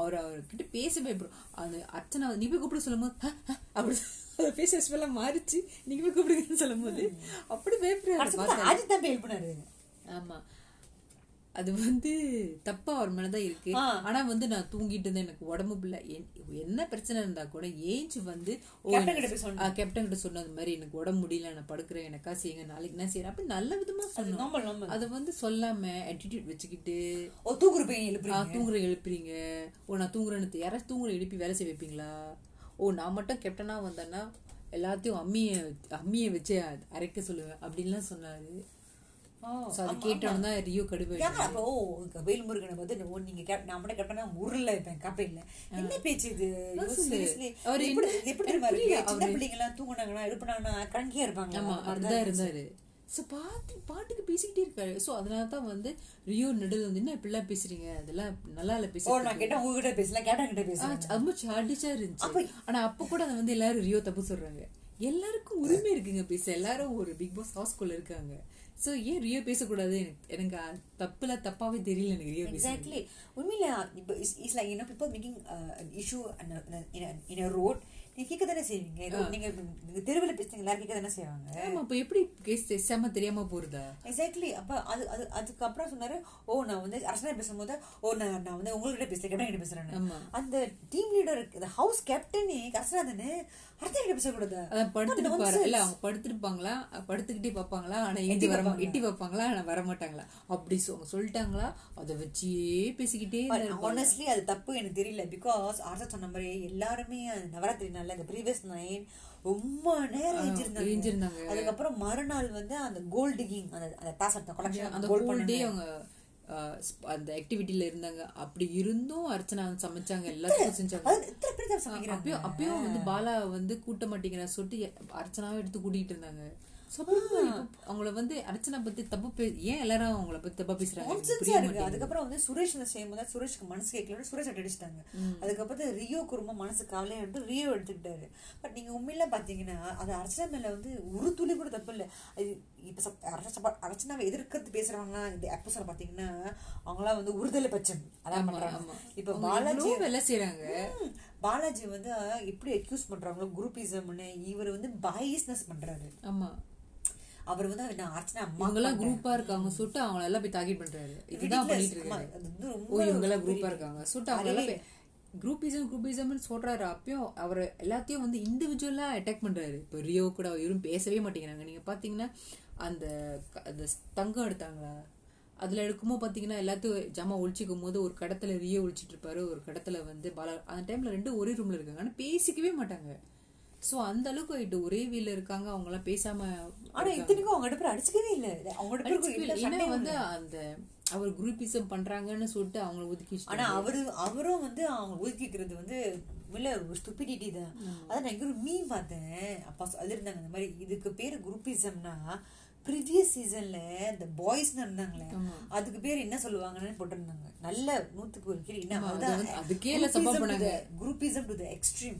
B: அவர் அவர்கிட்ட பேச பயப்படும் அந்த அர்ச்சனா நீ போய் கூப்பிட சொல்லும் போது "ஹ, ஹ," அப்படி ஃபேஸ் எல்லாம் மாறிச்சு நீங்க போய் கூப்பிடுங்கன்னு சொல்லும் போது அப்படி பயப்படுறாரு
A: கடைசி ஆஜித் தான் போய் ஹெல்ப் பண்ணாரு
B: ஆமா அது வந்து தப்பா அவர் மேலதான் இருக்கு
A: ஆ.
B: ஆனா வந்து நான் தூங்கிட்டு இருந்தேன் எனக்கு உடம்பு பிள்ளை என்ன பிரச்சனை இருந்தா கூட ஏஞ்சு வந்து ஓ,
A: Captain
B: எனக்கு-
A: கிட்ட போய் சொன்னேன்.
B: ஆ, captain கிட்ட சொன்னது மாதிரி எனக்கு உடம்பு முடியல நான் படுக்கிறேன் எனக்கா செய்யுங்க நாளைக்கு நான் செய்யறேன் அப்படி நல்ல விதமா சொன்னோம்
A: நார்மல் நார்மல்
B: அது வந்து சொல்லாம ஆட்டிடியூட் வச்சுக்கிட்டு
A: ஓ தூக்குரு போய் எழுப்புறீங்க
B: நான் தூங்குற எழுப்புறீங்க ஓ நான் தூங்குறேன்னு யாராச்சும் தூங்குற எழுப்பி வேலை செய்ய வைப்பீங்களா ஓ நான் மட்டும் கேப்டனா வந்தேன்னா எல்லாத்தையும் அம்மிய அம்மிய வச்சு அரைக்க சொல்லுவேன் அப்படின்லாம் சொன்னாரு
A: ஓ,
B: சோ அதை கேட்டோன்னு தான் ரியோ கடுப்பு
A: ஏங்க, அப்போ உங்க வேல்முருகனை வந்து நீ- ஓ, நீங்க கேப்- நான் மட்டும் கேட்டேன்னா உருள வைப்பேன் கப்பையில. என்ன பேச்சு இது? ஐயோ, seriously.
B: அவரு
A: எப்படி-
B: என்ன-
A: இது எப்படி தெரியுமா இருக்கு?
B: புரியல,
A: சின்ன பிள்ளைங்க எல்லாம் தூங்குனாங்கன்னா, எழுப்புனாங்கன்னா கணக்கியா இருப்பாங்களா?
B: ஆமா
A: அந்த மாதிரிதான்
B: அப்படிதான் இருந்தாரு சோ பாட்டு பாட்டுக்கு பேசிக்கிட்டே இருக்காரு சோ அதனால தான் வந்து ரியோ நடுவில் வந்து என்ன இப்படிலாம் பேசுறீங்க அதெல்லாம் நல்லா இல்ல
A: ஓ,
B: பேசுறீங்க
A: நான் கேட்டா உங்ககிட்ட பேசல, கேட்டா என்கிட்ட பேசல.
B: ரொம்ப சார்டிச்சா இருந்துச்சு ஆனா அப்ப கூட அதை வந்து எல்லாரும் ரியோ தப்பு சொல்றாங்க எல்லாருக்கும் உரிமை இருக்குங்க பேச எல்லாரும் ஒரு பிக் பாஸ் ஹவுஸ்குள்ள இருக்காங்க சோ ஏன் ரியோ பேசக்கூடாது எனக்கு எனக்கு அ- தப்புல தப்பாவே தெரியல எனக்கு ரியோ பேச
A: Exactly. உண்மையில, இப்ப it's- it's like, you know, people making, uh, an issue in a- in a- in a- in a road. நீங்க கேட்கத்தானே செய்வீங்க. ஏதோ நீங்க நீங்க தெருவுல பேசுறீங்க, எல்லாரும் கேட்கத்தானே செய்வாங்க.
B: ஆமா அப்ப எப்படி கேஸ் பேசாம தெரியாம போறதா
A: Exactly. அப்ப அது- அது- அதுக்கப்புறம் சொன்னாரு ஓ நான் வந்து அரசனா பேசும்போது ஓ நான் நான் வந்து உங்ககிட்ட பேசல கேட்டா என்கிட்ட பேசுறேன்
B: ஆமா
A: அந்த டீம் லீடர் இந்த ஹவுஸ் கேப்டனே கசராதனு அடுத்த கிட்ட பேசக்கூடாது
B: அதான் படுத்துட்டு பாரு இல்ல அவங்க படுத்திருப்பாங்களா படுத்துக்கிட்டே பாப்பாங்களா ஆனா எட்டி வர எட்டி பாப்பாங்களா ஆனா வர மாட்டாங்களா அப்படி சொ- அவங்க சொல்லிட்டாங்களா அதை வச்சே பேசிக்கிட்டே இருந்தாரு.
A: ஆனஸ்ட்லி அது தப்பு எனக்கு தெரியல பிகாஸ் ஆர்சா சொன்ன மாதிரி எல்லாருமே அந்த நவராத்திரி நாள்ல இந்த ப்ரீவியஸ் நைன் ரொம்ப நேரம் ஏஞ்சிருந்தாங்க
B: ஏஞ்சிருந்தாங்க
A: அதுக்கப்புறம் மறுநாள் வந்து அந்த கோல்டு கிங் அந்த அந்த டாஸ் அந்த
B: அந்த
A: கொலெக்ஷன் கோல்ட்
B: ஹோல் டே அவங்க அஹ், ஸ்ப- அந்த ஆக்டிவிட்டில இருந்தாங்க அப்படி இருந்தும் அர்ச்சனா வந்து சமைச்சாங்க எல்லாத்துக்கும் செஞ்சாங்க
A: அது இத்தனை பேர் தான் சமைக்கிறாங்க
B: அப்பயும் அப்பயும் வந்து பாலா வந்து கூட்ட மாட்டேங்கிற சொல்லிட்டு அர்ச்சனாவை எடுத்து கூட்டிட்டு இருந்தாங்க So, அப்படி இருக்கும்போது இப்ப அவங்கள வந்து அர்ச்சனா பத்தி தப்பு பே ஏன் எல்லாரும் அவங்கள பத்தி தப்பா பேசுறாங்க எனக்கு
A: Nonsense-ஆ
B: புரிய
A: இருக்கு
B: மாட்டேங்குது.
A: அதுக்கப்புறம் வந்து சுரேஷ் இந்த செய்யும்போது தான் சுரேஷ்க்கு மனசு கேட்கல சுரேஷ் அடிச்சிட்டாங்க அதுக்கப்புறம் ரியோக்கு ரொம்ப மனசு கவலையா இருந்து ரியோ எடுத்துக்கிட்டாரு பட் நீங்க உண்மையில பாத்தீங்கன்னா அது அர்ச்சனா மேல வந்து ஒரு துளி கூட தப்பு இல்ல அது இப்ப சப்- அரச- அர்ச்சனாவை எதிர்க்கிறது பேசுறவங்களா இந்த எபிசோட பாத்தீங்கன்னா அவங்களாம் வந்து உறுதலை பட்சம் அதான் பண்றாங்க இப்ப பாலாஜி
B: இவ்வளவு வேலை செய்யறாங்க
A: ம், பாலாஜி வந்து அஹ், எப்படி அக்யூஸ் பண்றாங்களோ குரூப்பிசம்னு இவர் வந்து பயஸ்னஸ் பண்றாரு
B: ஆமா
A: அவர் வந்து அவர் நான் அர்ச்சனா அம்மா
B: அவங்க எல்லாம் குரூப்பா இருக்காங்க சுட்டு அவங்கள எல்லாம் போய் டார்கெட் பண்றாரு இதுதான் பண்ணிட்டு
A: ஆமா,
B: இருக்காரு
A: அது வந்து ரொம்ப
B: ஓ இவங்க எல்லாம் குரூப்பா இருக்காங்க சுட்டு அவங்க எல்லாம் போய் குரூப்பிசம் குரூப்பிசம்னு சொல்றாரு அப்பயும் அவர் எல்லாத்தையும் வந்து இண்டிவிஜுவலா அட்டாக் பண்றாரு இப்போ ரியோ கூட இவரும் பேசவே மாட்டேங்கிறாங்க நீங்க பாத்தீங்கன்னா அந்த க- அந்த தங்கம் எடுத்தாங்களா அதுல எடுக்கும்போது பாத்தீங்கன்னா எல்லாத்தையும் ஜாமா ஒழிச்சிக்கும் போது ஒரு கடத்துல ரியோ ஒழிச்சிட்டு இருப்பாரு ஒரு கடத்துல வந்து பாலா அந்த டைம்ல ரெண்டும் ஒரே ரூம்ல இருக்காங்க ஆனா பேசிக்கவே மாட்டாங்க சோ அந்த அளவுக்கு ஆயிட்டு ஒரே வீல இருக்காங்க அவங்க எல்லாம் பேசாம
A: ஆனா இத்தனைக்கும் அவங்க ரெண்டு பேரும் அடிச்சுக்கவே இல்ல அவங்க ரெண்டு பேருக்கும்
B: இல்ல,
A: எவ்வளவு
B: ஏன்னா
A: சண்டையும்
B: வந்து அந்த அவர் குரூப்பிசம் பண்றாங்கன்னு சொல்லிட்டு அவங்கள ஒதுக்கி
A: ஆனா அவரு அவரும் வந்து அவங்க ஒதுக்கிக்கிறது வந்து இல்ல ஸ்டுபிடிட்டி தான் அதான் நான் ஒரு மீம் பார்த்தேன் அப்பா சொ- அது இருந்தாங்க இந்த மாதிரி இதுக்கு பேரு குரூப்பிசம்னா ப்ரீவியஸ் சீசன்ல இந்த பாய்ஸ்னு இருந்தாங்களே அதுக்கு பேர் என்ன சொல்லுவாங்கன்னு போட்டிருந்தாங்க நல்ல நூத்துக்கு ஒரு கீழ் என்ன
B: அது வந்து அதுக்கே எல்லாம் சப்போர்ட் பண்ணாங்க.
A: குரூப்பிசம் டு த எக்ஸ்ட்ரீம்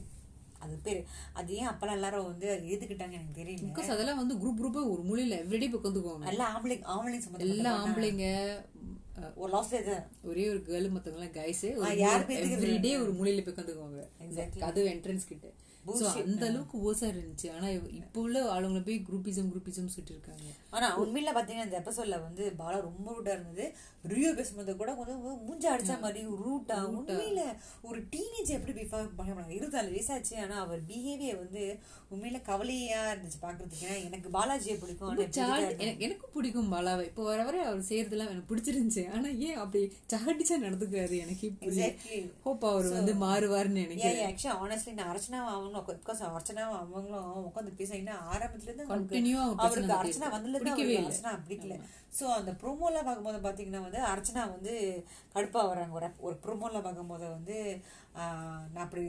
A: அது பேரு அது ஏன் அப்பெல்லாம் எல்லாரும் வந்து எதுக்கிட்டாங்க எனக்கு தெரியல
B: பிகாஸ் அதெல்லாம் வந்து குரூப் குரூப்பா ஒரு மூலையில எவ்ரிடே உட்காந்துக்குவாங்க
A: நல்ல ஆம்பளைங்க ஆம்பளைங்க
B: எல்லா
A: சம்பந்தம்
B: ஆம்பளைங்க அஹ்,
A: ஒரு லாஸ்ட் தான்
B: ஒரே ஒரு கேர்ள் மத்தவங்க எல்லாம் கைஸே
A: யார் பேத்துக்கு
B: எவ்ரிடே ஒரு மூலையில போய் உட்காந்துக்குவாங்க அது என்ட்ரன்ஸ் கிட்ட சோ அந்த அளவுக்கு ஓசா இருந்துச்சு ஆனா இவ- இப்போ உள்ள ஆளுங்களை போய் குரூப்பிசம் குரூப்பிசம் சொல்லிட்டு இருக்காங்க
A: ஆனா உண்மையில பாத்தீங்கன்னா அந்த எபிசோட்ல வந்து பாலா ரொம்ப ரூட்டா இருந்தது ரியோ பேசும்போது கூட கொஞ்சம் மூ- மூஞ்ச அடிச்ச மாதிரி ரூட்டா உண்மையில ஒரு டீனேஜ் எப்படி பிஹேவ் பண்ண முடியாது இருபத்தாலு வயசு ஆச்சு ஆனா அவர் பிஹேவியர் வந்து உண்மையில கவலையா இருந்துச்சு பாக்குறதுக்கு ஏன்னா எனக்கு பாலாஜியை பிடிக்கும் ஆனா இப்படி
B: சாடி எனக்கு- எனக்கும் பிடிக்கும் பாலாவை இப்போ வர வர அவர் செய்யறதெல்லாம் எனக்கு பிடிச்சிருந்துச்சு ஆனா ஏன் அப்படி சாடிச்சா நடந்துக்காரு எனக்கு
A: Exactly.
B: ஹோப் அவர் வந்து மாறுவார்னு நினைக்கிறேன்
A: ஏன் ஆக்சுவலி ஆனஸ்ட்லி நான் அர்ச்சனாவும் அவங்களும் பிகாஸ் அர்ச்சனாவும் அவங்களும் உட்காந்து பேசினா ஆரம்பத்துல இருந்து நமக்கு-
B: Continue-ஆ அவங்க பேசினது
A: அவருக்கு
B: அப்படியே
A: அர்ச்சனா
B: இருக்கு.
A: வந்ததுல
B: பிடிக்கவே
A: அவருக்கு
B: இல்ல.
A: அர்ச்சனா பிடிக்கல சோ அந்த ப்ரோமோல பார்க்கும்போது பாத்தீங்கன்னா வந்து அர்ச்சனா வந்து கடுப்பா வராங்க ஒரு ஒரு ப்ரோமோல பார்க்கும்போது வந்து ஆஹ், நான் அப்படி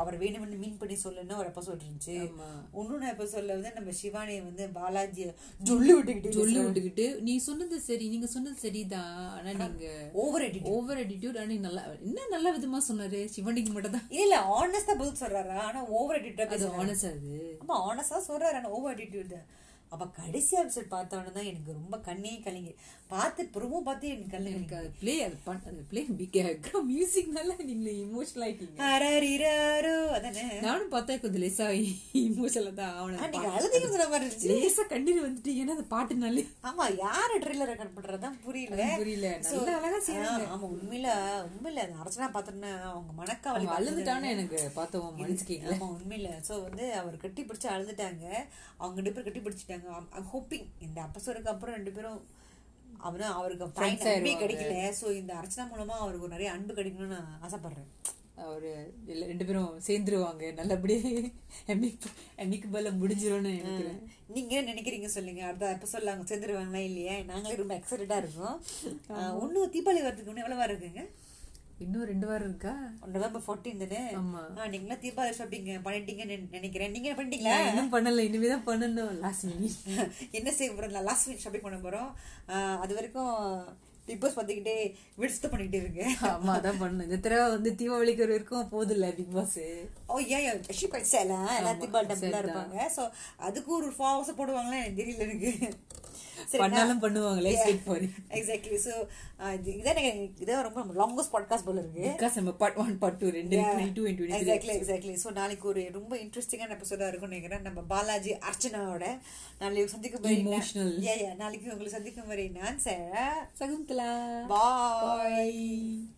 A: அவர் வேணும்னு மீன் பண்ணி சொல்லுன்னு ஒரு எபிசோட் இருந்துச்சு
B: ஆமா.
A: இன்னொன்னு எபிசோட்ல வந்து நம்ம சிவானியை வந்து பாலாஜியை ஜொல்லி விட்டுக்கிட்டு
B: சொல்லி விட்டுக்கிட்டு நீ சொன்னது சரி நீங்க சொன்னது சரிதான் ஆனா நீங்க
A: ஓவர் எடிட்
B: ஓவர் அட்டிடியூட் ஆனா நீங்க நல்லா என்ன நல்ல விதமா சொன்னாரு சிவனிக்கு மட்டும் தான்
A: இல்ல ஆனஸ்டா பதில் சொல்றாரா ஆனா ஓவர் எடிட்டா
B: அது ஆனஸ் அது
A: ஆமா ஆனஸ்டா சொல்றாரு ஆனா ஓவர் அட்டிடியூட் தான் அப்ப கடைசி எபிசோட் பார்த்தோன்னு தான் எனக்கு ரொம்ப கண்ணே கலங்கி பார்த்து ப்ரோமோ பார்த்து எனக்கு கல்லு
B: எனக்கு அது பிளே அது பண் அது பிளே பிக்க மியூசிக்னால நீங்க இமோஷனல் ஆயிட்டீங்க
A: அரரிராரோ அதானே
B: நானும் பார்த்தா கொஞ்சம் லேசா இமோஷனல் தான்
A: ஆனா
B: ஆவணும்
A: நீங்க அழுதீங்க சொன்ன மாதிரி இருந்துச்சு
B: லேசா கண்ணீர் வந்துட்டீங்கன்னா அந்த பாட்டுனாலே
A: ஆமா யாரு ட்ரெய்லர் ரெக்கார்ட் பண்றதுதான் புரியல
B: அது புரியல.
A: So,
B: நல்ல அழகா
A: ஆ, ஆமா உண்மையில உண்மையில அந்த அர்ச்சனா பாத்தோம்னா அவங்க மனக்கவலை
B: அவங்க அழுதுட்டான்னு எனக்கு பார்த்தவன் மனசு கேட்கல
A: ஆமா உண்மையில சோ வந்து அவர் கட்டி பிடிச்சு அழுதுட்டாங்க அவங்க ரெண்டு பேரும் கட்டி பிடிச்சிட்டாங்க ஹோப்பிங் இந்த அப்பசோருக்கு அப்புறம் ரெண்டு பேரும் அவரும் அவருக்கு தாய் அன்பே கிடைக்கல சோ இந்த அர்ச்சனா மூலமா அவருக்கு ஒரு நிறைய அன்பு கிடைக்கணும்னு நான் ஆசைப்படுறேன்
B: அவரு எல்லா- ரெண்டு பேரும் சேர்ந்துருவாங்க நல்லபடியே எமிக்கபல்ல முடிஞ்சிரும்னு நினைக்கிறேன்
A: நீங்க என்ன நினைக்கிறீங்க சொல்லுங்க அடுத்த எபிசோட்ல அவங்க சேர்ந்துருவாங்களா இல்லையா நாங்களே ரொம்ப எக்ஸைட்டடா இருக்கோம் ஆஹ், இன்னும் தீபாவளி வரதுக்கு இன்னும் எவ்வளவா இருக்குங்க
B: இன்னும் ரெண்டு வாரம் இருக்கா
A: நவம்பர் ஃபோர்டீன் தானே
B: ஆமா.
A: ஆஹ், நீங்களாம் தீபாவளி ஷாப்பிங் பண்ணிட்டீங்கன்னு நினை- நினைக்கிறேன் நீங்க என்ன பண்ணிட்டீங்களா
B: நான் இன்னும் பண்ணல இனிமேதான் பண்ணணும் லாஸ்ட் மினிட்
A: என்ன செய்ய போறோம் லாஸ்ட் வீக் ஷாப்பிங் பண்ண போறோம் ஆஹ், அது வரைக்கும் பிக் பாஸ் பார்த்துக்கிட்டே விடுத்து பண்ணிட்டு இருக்கு
B: ஆமா அதான் பண்ணணும் இந்த தடவை வந்து தீபாவளிக்கு ஒரு இருக்கும் போதில்ல பிக் பாஸ்
A: ஓ ஏன் ஏன் ஷி படிச்சாலாம் எல்லாம் திபால் டம்பிளா இருப்பாங்க சோ அதுக்கு ஒரு ஃபோர் ஹவர்ஸ் போடுவாங்களா எனக்கு தெரியல எனக்கு
B: பண்ணாலும் பண்ணுவாங்களே ஸ்டேட் போறி
A: எக்ஸாக்ட்லி ஸோ இதான் எனக்கு இதான் ரொம்ப லாங்கஸ்ட் பாட்காஸ்ட் போல இருக்கு
B: பிகாஸ் நம்ம பார்ட் ஒன் பார்ட் டூ ரெண்டு twenty two and twenty three
A: exactly exactly so நாளைக்கு ஒரு ரொம்ப இன்ட்ரெஸ்டிங்கான எபிசோடா இருக்கும்னு நினைக்கிறேன் நம்ம பாலாஜி அர்ச்சனாவோட நாளைக்கு சந்திக்கும் போறேன்
B: Emotional.
A: ஏன் நாளைக்கு உங்களுக்கு சந்திக்கும் போறேன் நான் சார்
B: சகுந்தலா
A: பாய்
B: Bye.